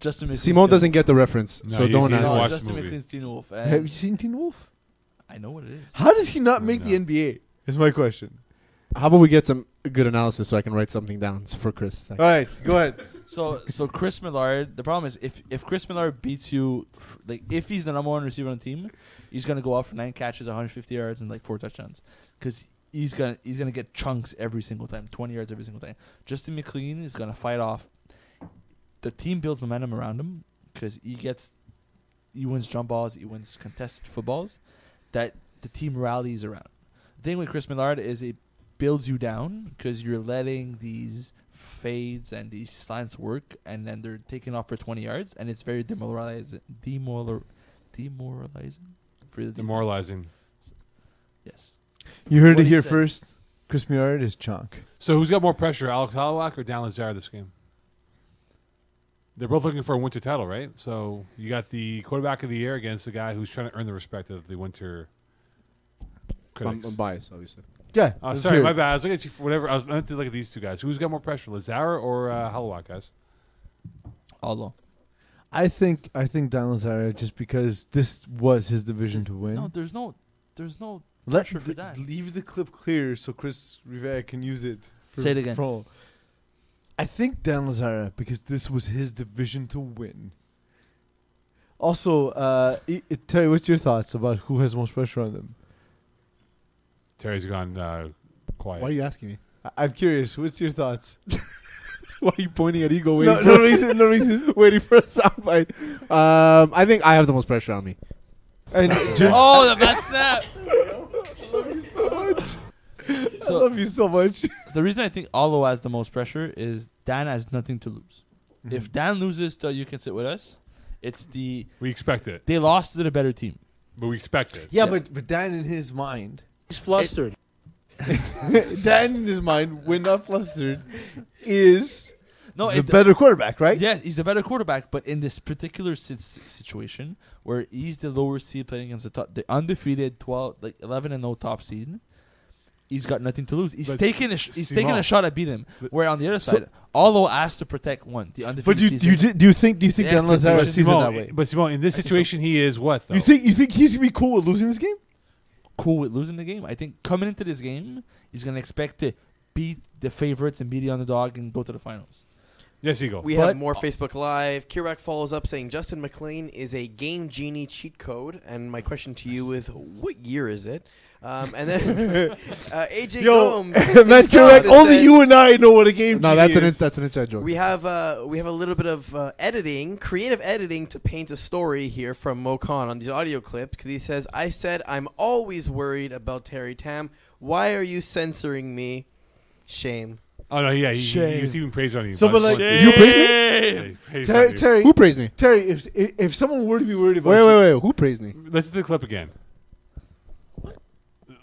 Justin McLean's
Simone
Teen-
doesn't get the reference,
No,
so
he's-
don't
he's
ask.
watched
No,
watch the
Justin
movie.
McLean's Teen Wolf.
Have
And
you seen Teen Wolf?
I know what it is.
How does he not
No,
make the
no.
NBA? Is my question.
How about we get some good analysis so I can write something down for Chris?
All right, go ahead.
So so Chris Millard. The problem is if if Chris Millard beats you, f- like if he's the number one receiver on the team, he's gonna go out for nine catches, 150 yards, and like four touchdowns, because he's gonna he's gonna get chunks every single time, 20 yards every single time. Justin McLean is gonna fight off. The team builds momentum around him because he gets, he wins jump balls, he wins contested footballs, that the team rallies around. The thing with Chris Millard is it builds you down because you're letting these fades and these slants work, and then they're taking off for 20 yards, and it's very demoralizing. Demoral, demoralizing. For the defense.
Demoralizing.
Yes.
You heard
What
it
he
here
said.
first. Chris Millard is chunk.
So who's got more pressure, Alex Halowak or Dan Lazar this game? They're both looking for a winter title, right? So you got the quarterback of the year against the guy who's trying to earn the respect of the winter
I'm,
critics.
I'm biased, obviously.
Yeah.
Oh,
let's
sorry,
hear
my
it.
bad. I was looking at you for whatever. I was I meant to look at these two guys. Who's got more pressure, Lazar or uh, Halowak, guys?
Allah.
I think I think Dan Lazara just because this was his division to win.
No, there's no, there's no.
Let
pressure for
the-
that.
leave the clip clear so Chris Rivera can use it.
Say it again.
promo. I think Dan Lazara because this was his division to win. Also, uh, I- I- Terry, what's your thoughts about who has most pressure on them?
Terry's gone uh, quiet.
Why are you asking me?
I- I'm curious. What's your thoughts?
Why are you pointing at Ego
No,
waiting,
no
for,
reason. No reason.
waiting for a soundbite? Um, I think I have the most pressure on me.
And Jim,
Oh, the bad snap.
I
So
love you so much.
the reason I think Allah has the most pressure is Dan has nothing to lose.
Mm-hmm.
If Dan loses, to you can sit with us. It's the
We expect it,
they lost to the better team.
but we expect it.
Yeah,
Yeah.
but but Dan in his mind,
He's flustered.
Dan in his mind, when not flustered, is
No,
the
it,
better quarterback, right?
yeah, he's a better quarterback, but in this particular sit- situation where he's the lower seed playing against the top, the undefeated twelve, like eleven and no top seed, he's got nothing to lose. He's
But
taking a sh- he's taking
Simon-
a shot at beat him.
But-
Where on the other
So-
side, Allo has to protect one the undefeated.
But do you, do
season.
you thi- do you think do you think
Yes,
Dan
but
Lazaro
Simone-
sees it that
Simone,
way?
But Simone, in this
I think so.
situation, he is what though?
You think you think he's gonna be cool with losing this game?
cool with losing the game. I think coming into this game, he's gonna expect to beat the favorites and beat the underdog and go to the finals.
yes, you go.
We
But-
have more Facebook Live. Kirak follows up saying Justin McLean is a Game Genie cheat code. And my question to you is, what year is it? Um, and then uh, AJ
Yo,
Gomes.
Matt
himself
Kurak,
has
only
said-
you and I know what a game.
No,
GD
that's an
is.
ins- that's an inside joke.
We have uh, we have a little bit of uh, editing, creative editing to paint a story here from Mo Khan on these audio clips because he says, "I said I'm always worried about Terry Tam. Why are you censoring me? Shame."
oh no, yeah, he, he,
Shame.
he was even praised on you.
So,
I
but
just
like-
wanted-
you praised me?
Yeah, he praised on
Terry,
you.
Terry,
Who praised me?
Terry, if, if if someone were to be worried about,
Wait,
you-
wait, wait. Who praised me?
Listen to the clip again.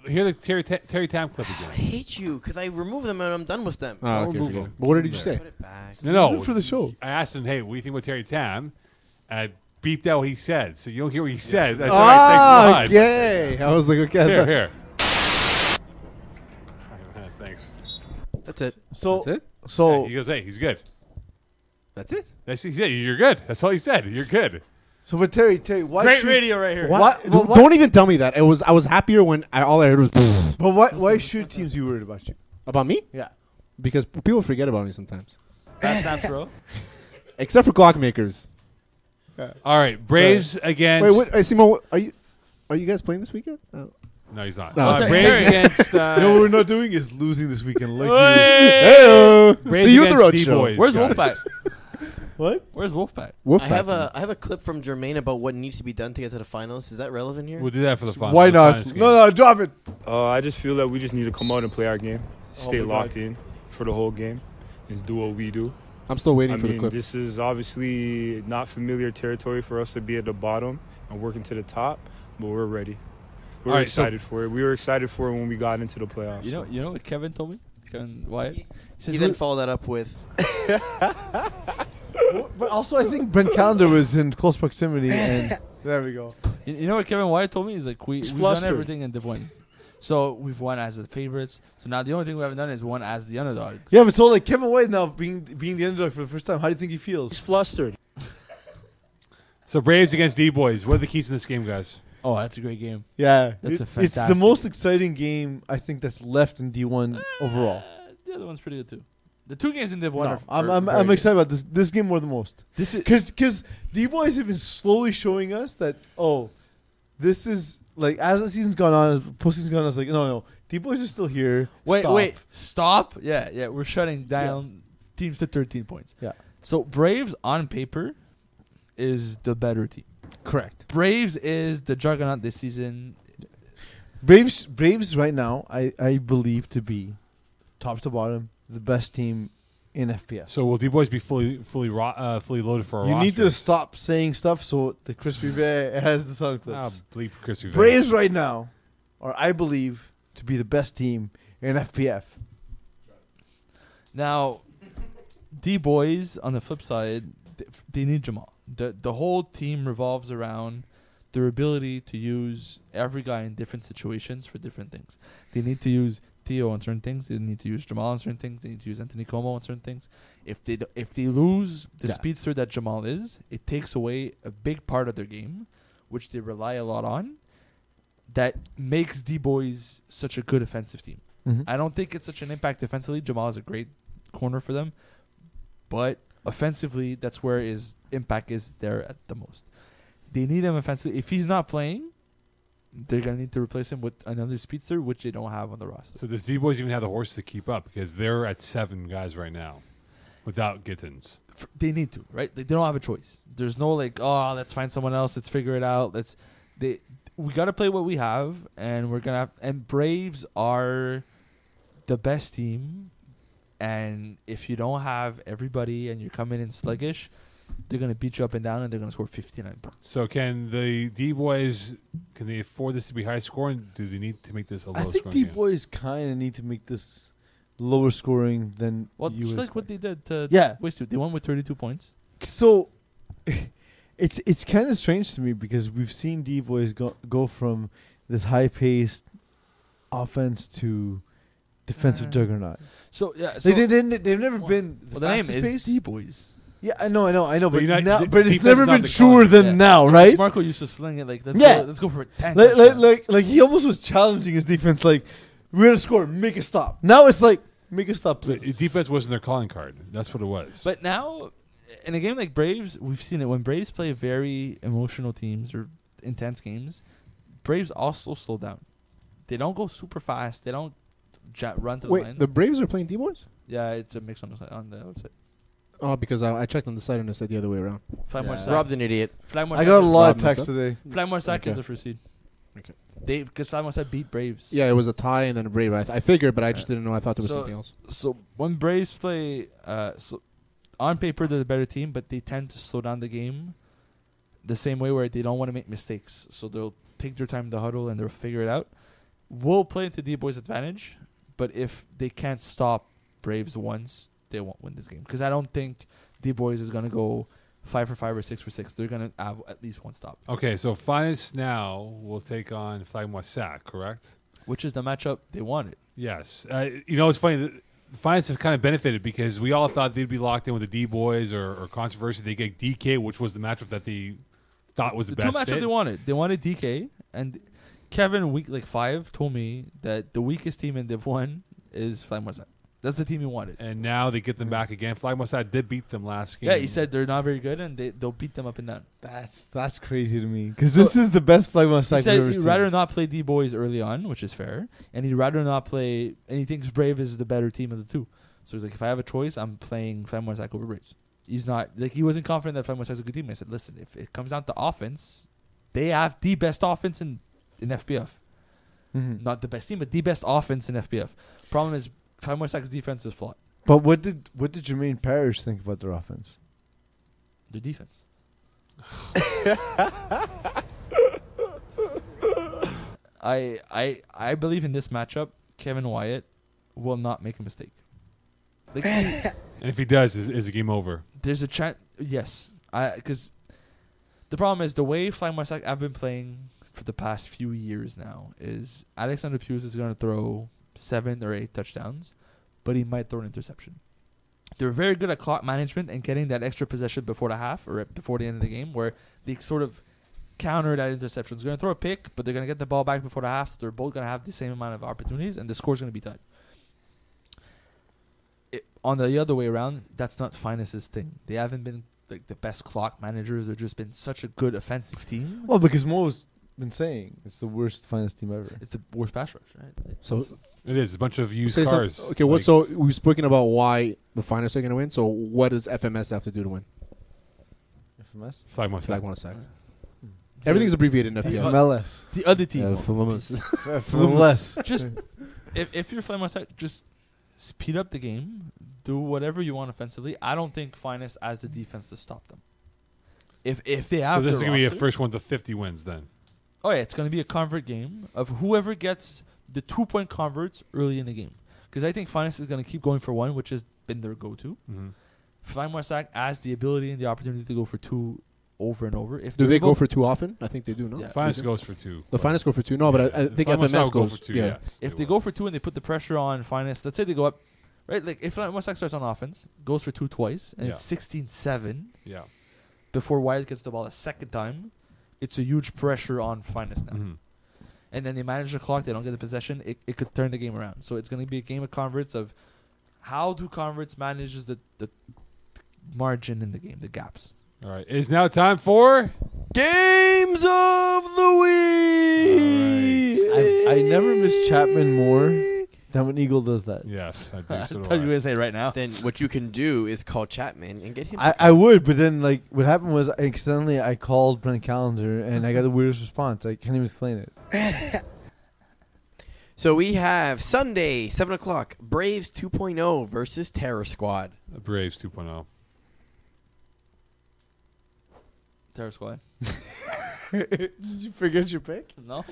Hear the Terry, Ta- Terry Tam clip
I
again.
hate you because I remove them and I'm done with them.
Ah,
I'll
okay,
remove
forget
him.
it. But what did you
Put
say?
it back.
No, no.
for the show.
I asked him, "Hey, what do you think about Terry Tam?" And I beeped out what he said, so you don't hear what he said. That's all right.
Ah,
Thanks a lot.
gay. I was like, okay. I
Here, here.
thought-
Thanks.
That's it.
So
That's it.
so
He goes, "Hey, he's good."
That's it.
That's he said. You're good. That's all he said. You're good.
so, but Terry, Terry, why
Great
should,
radio right here.
Why, but why,
Don't even tell me that. It was. I was happier when I, all I heard was
But why why should teams be worried about you?
about me
Yeah.
because people forget about me sometimes.
Fast time throw.
Except for clockmakers.
All right, Braves against.
Wait, what, uh, Simon, what- are you are you guys playing this weekend? Uh,
No, he's not.
No,
Uh,
okay.
Braves against. Uh,
No, what we're not doing is losing this weekend. Like
Hey!
Hey,
Braves
see you at the
against
road
the
show.
boys.
Where's
guys.
Wolfpack?
What?
Where's Wolfpack?
Wolfpack.
I have a I have a clip from Jermaine about what needs to be done to get to the finals. Is that relevant here?
We'll do that for the
you.
final.
Why
the
not?
finals game.
No, no, drop it.
Uh, I just feel that we just need to come out and play our game, stay
my God.
locked in for the whole game, and do what we do.
I'm still waiting
I
for the
mean,
clip.
this is obviously not familiar territory for us to be at the bottom and working to the top, but we're ready. We're
All right, so-
excited for it. We were excited for it when we got into the playoffs.
You know, you know what Kevin told me. Kevin Wyatt. He says,
He then
"Look,
followed that up with,
But also, I think Brent Calendar was in close proximity, and there we go.
You, you know what Kevin Wyatt told me? He's like, we, we've
flustered.
done everything and they've won. So we've won as the favorites. So now the only thing we haven't done is won as the underdog.
Yeah, but so like Kevin White now being being the underdog for the first time, how do you think he
He's
feels?
flustered.
So Braves against D boys. What are the keys in this game, guys?
Oh, that's a great game.
Yeah,
That's a
It's the
fantastic-
most exciting game I think that's left in D one overall.
Uh, the other one's pretty good too. The two games in Div One.
No,
are,
I'm
are
I'm,
very
I'm
good.
excited about this this game more than most.
This is
Cause, cause the boys have been slowly showing us that oh, this is like as the season's gone on, as postseason's gone on. I was like, no, no, the boys are still here.
wait,
Stop.
wait, stop. Yeah, yeah. We're shutting down teams to 13 points.
Yeah.
So Braves on paper is the better team.
correct.
Braves is the juggernaut this season.
Braves, Braves right now, I I believe to be top to bottom the best team in FPS.
So will D boys be fully, fully, ro- uh, fully loaded for a
You
roster?
need to stop saying stuff so the Chris Bear has the sound clips.
Ah, bleep Chris Rivera.
Braves right now are I believe to be the best team in FPF.
Now, D boys on the flip side, th- they need Jamal. the The whole team revolves around their ability to use every guy in different situations for different things. They need to use Theo on certain things. They need to use Jamal on certain things. They need to use Anthony Como on certain things. If they d- if they lose the
Yeah.
speedster that Jamal is, it takes away a big part of their game, which they rely a lot on. That makes D boys such a good offensive team.
Mm-hmm.
I don't think it's such an impact defensively. Jamal is a great corner for them, but offensively, that's where his impact is there at the most. They need him offensively. If he's not playing, they're gonna need to replace him with another speedster, which they don't have on the roster.
So does D boys even have the horses to keep up because they're at seven guys right now, without Gittins.
F- They need to, right? Like, they don't have a choice. There's no like, oh, let's find someone else. Let's figure it out. Let's. They we gotta play what we have, and we're gonna. Have, and Braves are the best team, and if you don't have everybody and you're coming in sluggish, they're gonna beat you up and down, and they're gonna score 59 points.
So can the D boys can they afford this to be high scoring? Do they need to make this a low
I think
scoring
the
game?
boys kind of need to make this lower scoring than
Well,
you
just
would
like what they did to
Yeah.
Wait, dude, they won with 32 points.
so it's it's kind of strange to me because we've seen D boys go go from this high paced offense to defensive
Uh,
juggernaut.
So yeah, so
they, they didn't. They've never
Well,
been the
well, the name
fastest
is
pace.
D Boys.
Yeah, I know, I know, I know,
But
but
you're not-
now,
de-
but it's
defense
never
is not
been
the
truer
color.
than
Yeah.
now, right?
Marco used to sling it like let's
Yeah.
go, let's go for a ten.
Like, like,
touchdown.
like, like he almost was challenging his defense. Like, we're gonna score, make a stop. Now it's like, make a stop,
The
please.
defense wasn't their calling card. That's what it was.
But now, in a game like Braves, we've seen it when Braves play very emotional teams or intense games. Braves also slow down. They don't go super fast. They don't ja run to the line.
Wait, the Braves are playing D boys?
yeah, it's a mix on the si- on the website.
Oh, because I, I checked on the site and it said the other way around.
Fly more
Yeah.
sack.
Rob's an idiot.
Fly more
I got a lot of
Rob messed
texts
up.
today.
Fly more sack is
Okay.
the first seed.
Okay.
They because Fly more sack beat Braves.
Yeah, it was a tie and then a Brave. I, I figured, but I just didn't know. I thought there was
So-
something else.
so when Braves play, uh, so on paper they're the better team, but they tend to slow down the game, the same way where they don't want to make mistakes. So they'll take their time to huddle and they'll figure it out. We'll play into D boys' advantage, but if they can't stop Braves once, they won't win this game because I don't think D boys is gonna go five for five or six for six. They're gonna have at least one stop,
okay, so Finance now will take on Flag Moissac, correct?
which is the matchup they wanted.
Yes. Uh, you know, it's funny. The, the Finance have kind of benefited because we all thought they'd be locked in with the D boys or, or controversy. They get DK, which was the matchup that they thought was the,
the two
best
matchup
fit.
they wanted. They wanted DK and Kevin week like five told me that the weakest team in Div One is Flag Marsan. That's the team he wanted.
And now they get them back again. Flag Moissac did beat them last game.
Yeah, he said they're not very good and they they'll beat them up and down.
That's that's crazy to me because this is the best flag must
He
I've
said
ever
he'd
seen.
rather not play D boys early on, which is fair, and he'd rather not play. And he thinks Brave is the better team of the two. So he's like, if I have a choice, I'm playing Flag Marsan over Braves. He's not like he wasn't confident that Flag Marsan is a good team. I said, listen, if it comes down to offense, they have the best offense in in FBF.
Mhm.
not the best team, but the best offense in FPF. Problem is, five more sacks defense is flawed.
But what did what did Jermaine Parrish think about their offense?
The defense. I I I believe in this matchup, Kevin Wyatt will not make a mistake. Like, he-
And if he does, is, is a game over.
there's a chance. Yes, I because the problem is the way Flying Marsac I've been playing for the past few years now is Alexander Pius is going to throw seven or eight touchdowns, but he might throw an interception. They're very good at clock management and getting that extra possession before the half or at- before the end of the game, where they sort of counter that interception. It's going to throw a pick, but they're going to get the ball back before the half, so they're both going to have the same amount of opportunities, and the score's going to be tied it, on the other way around, that's not Fines's thing. They haven't been like the best clock managers. They've just been such a good offensive team.
Well, because Mo's been saying it's the worst finest team ever.
it's the worst pass rush, right?
So
It is. A bunch of used
say some-
cars.
okay, what?
Like,
So we've spoken about why the finalists are going to win. So what does FMS have to do to win?
FMS.
Flag Moissac.
Flag one sack. Everything's abbreviated in FPL.
FMLS.
the other team.
Yeah, FMS.
FMLS.
just if, if you're playing Marseille, just speed up the game, do whatever you want offensively. I don't think Finest has the defense to stop them. If if they have
So this is
the
going to be a
roster-
first one to 50 wins then.
Oh yeah, it's gonna be a convert game of whoever gets the two point converts early in the game. Because I think Finest is gonna keep going for one, which has been their go to.
Mm-hmm.
Flying Marsac has the ability and the opportunity to go for two over and over. If
do
they're
they go
able-
for two often? I think they do. No.
Yeah.
Finance goes for two.
The finalists go for two. No, but I, I
Yeah.
think
Flag Moissac
FMS
will
goes
go for two.
Yeah.
Yes,
if they
will.
go for two and they put the pressure on Finest, let's say they go up, right? Like if Flying Marsac starts on offense, goes for two twice, and it's 16-7
yeah.
before Wyatt gets the ball a second time, it's a huge pressure on Finest now.
Mhm.
and then they manage the clock. They don't get the possession. It, it could turn the game around. So it's going to be a game of converts of how do converts manages the, the margin in the game, the gaps.
All right. It is now time for.
Games of the week.
All
I, I never miss Chapman more than when Eagle does that.
Yes, I
I
think so.
thought
do
you were going
I.
to say right now.
Then what you can do is call Chapman and get him.
I, I would, but then like what happened was accidentally I called Brent Calendar and I got the weirdest response. I can't even explain it.
so we have Sunday, seven o'clock. Braves 2.0 versus Terror Squad.
The Braves oh. 2.0.
Terror squad.
Did you figure out your pick?
No?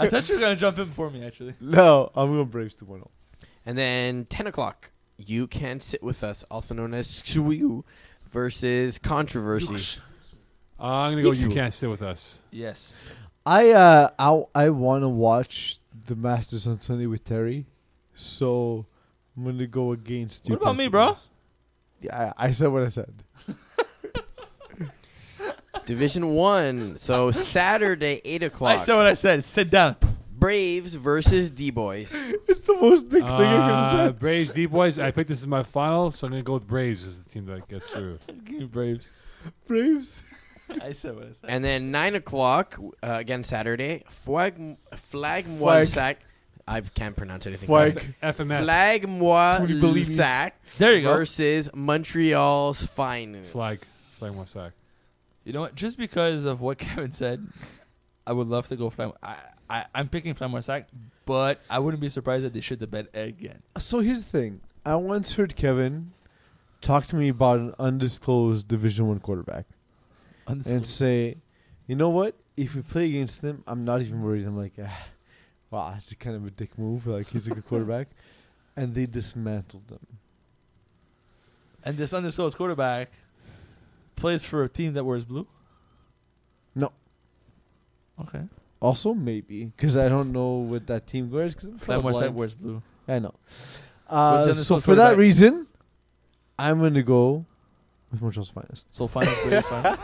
I thought you were going to jump in for me, actually.
No, I'm going Braves 2.0.
And then 10 o'clock, You Can Sit With Us, also known as Suyu versus Controversy.
I'm gonna go. You
Yitsu.
can't sit with us.
Yes.
I uh I I want to watch the Masters on Sunday with Terry, so I'm gonna go against you.
What about me, bro?
Constables. Yeah, I, I said what I said.
Division 1, so Saturday, 8
I
o'clock,
said what I said. Sit down.
Braves versus D-Boys.
It's the most Nick thing I could
Uh,
have
Braves, D boys. I picked this as my final, so I'm gonna go with Braves as the team that gets through.
said. Braves, Braves.
I said what I said.
And then 9 o'clock, uh, again Saturday, Flag, flag Moi
Flag.
Sac. I can't pronounce anything.
Flag.
FMS.
Flag Moi
Tony Bellinis.
Sac
There you go.
versus Montreal's Finest.
Flag. Flag one sack.
You know what? Just because of what Kevin said, I would love to go Flam. I, I I'm picking Flam Sack, but I wouldn't be surprised that they should the bed again.
So here's the thing. I once heard Kevin talk to me about an undisclosed Division One quarterback
On this
and say, "You know what? If we play against them, I'm not even worried." I'm like, ah, "Wow, that's kind of a dick move. Like he's a good quarterback," and they dismantled them.
and this undisclosed quarterback plays for a team that wears blue.
No.
Okay.
Also, maybe because I don't know what that team wears. Because
Flam Sack wears blue.
I know.
What's the
Uh,
other
so
squad
for that
quarterback?
reason, I'm going to go with Montreal's finest.
So final Braves final.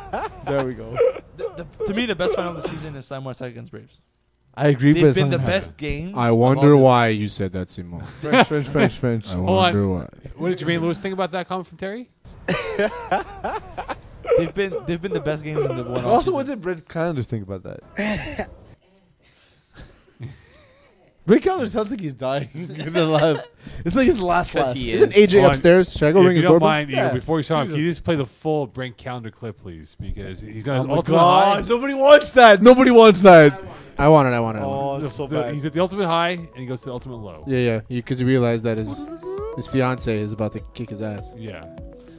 There we go.
The, the, to me, the best final of the season is Flam Sack against Braves.
I agree, but
They've
it's
been
not
the
gonna
best games.
I
of all
wonder
the-
why you said that, Simon.
happen. French, French, French,
I
French.
wonder
on.
why.
What did Jermaine Lewis think about that comment from Terry?
They've been they've been the best games in the one. all
also,
season.
what did Brett Calendar think about that? Brett Calendar sounds like he's dying. in the laugh. It's like his last
Because
laugh.
he is.
Isn't AJ
Hold on.
upstairs? Should I go
if
ring
you
his
don't
doorbell?
mind, Eagle,
Yeah.
before you start, can
Jesus.
you just play the full Brent Calendar clip, please? Because he's on
Oh
his
my
ultimate
God!
high.
Nobody wants that. Nobody wants that.
I want it. I want it. I want
Oh, it's so
The-
bad.
He's at the ultimate high, and he goes to the ultimate low.
it. Yeah, yeah. Because he realized that his his fiance is about to kick his ass.
Yeah.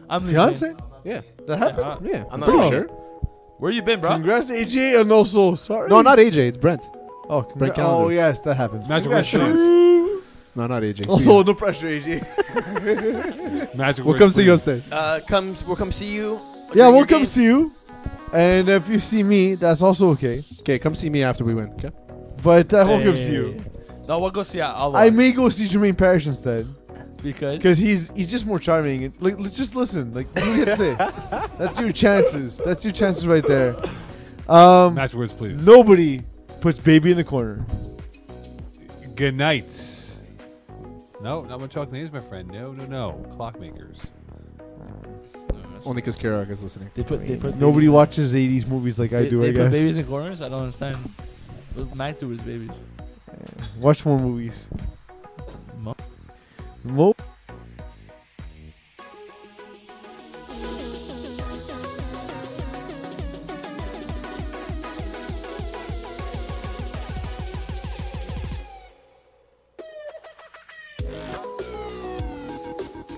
I'm leaving.
Fiance?
Yeah,
That happened.
Uh,
yeah.
I'm
I'm
not
pretty
sure.
sure.
Where you been, bro?
Congrats, AJ, and also sorry.
No, not AJ. It's Brent.
Oh,
Brett
congra-
Calendar.
oh yes, that happened.
Magic
Congrats,
words.
Sean.
No, not AJ.
Also, no pressure, E AJ.
Magic
we'll
words,
come see you
please.
upstairs.
Uh, come, we'll come see you.
yeah,
during
we'll
your
come
game.
see you. And if you see me, that's also okay.
Okay, come see me after we win. Okay.
But I won't
Hey.
come see you.
No, we'll go see Allah.
I may go see Jermaine Parrish instead
because
because he's he's just more charming. And, like, let's just listen. Like, what do we have to say? That's your chances. That's your chances right there. Um,
Magic words, please.
nobody puts baby in the corner.
Good night. No, not Montreal Canadiens, my friend. No, no, no. Clockmakers.
Only because Kerouac is listening.
they put they put
Nobody
babies-
watches '80s movies like I
they-
do.
They
I
put
guess
babies in corners. I don't understand. What Mac do with babies.
watch more movies.
Mo-
Mo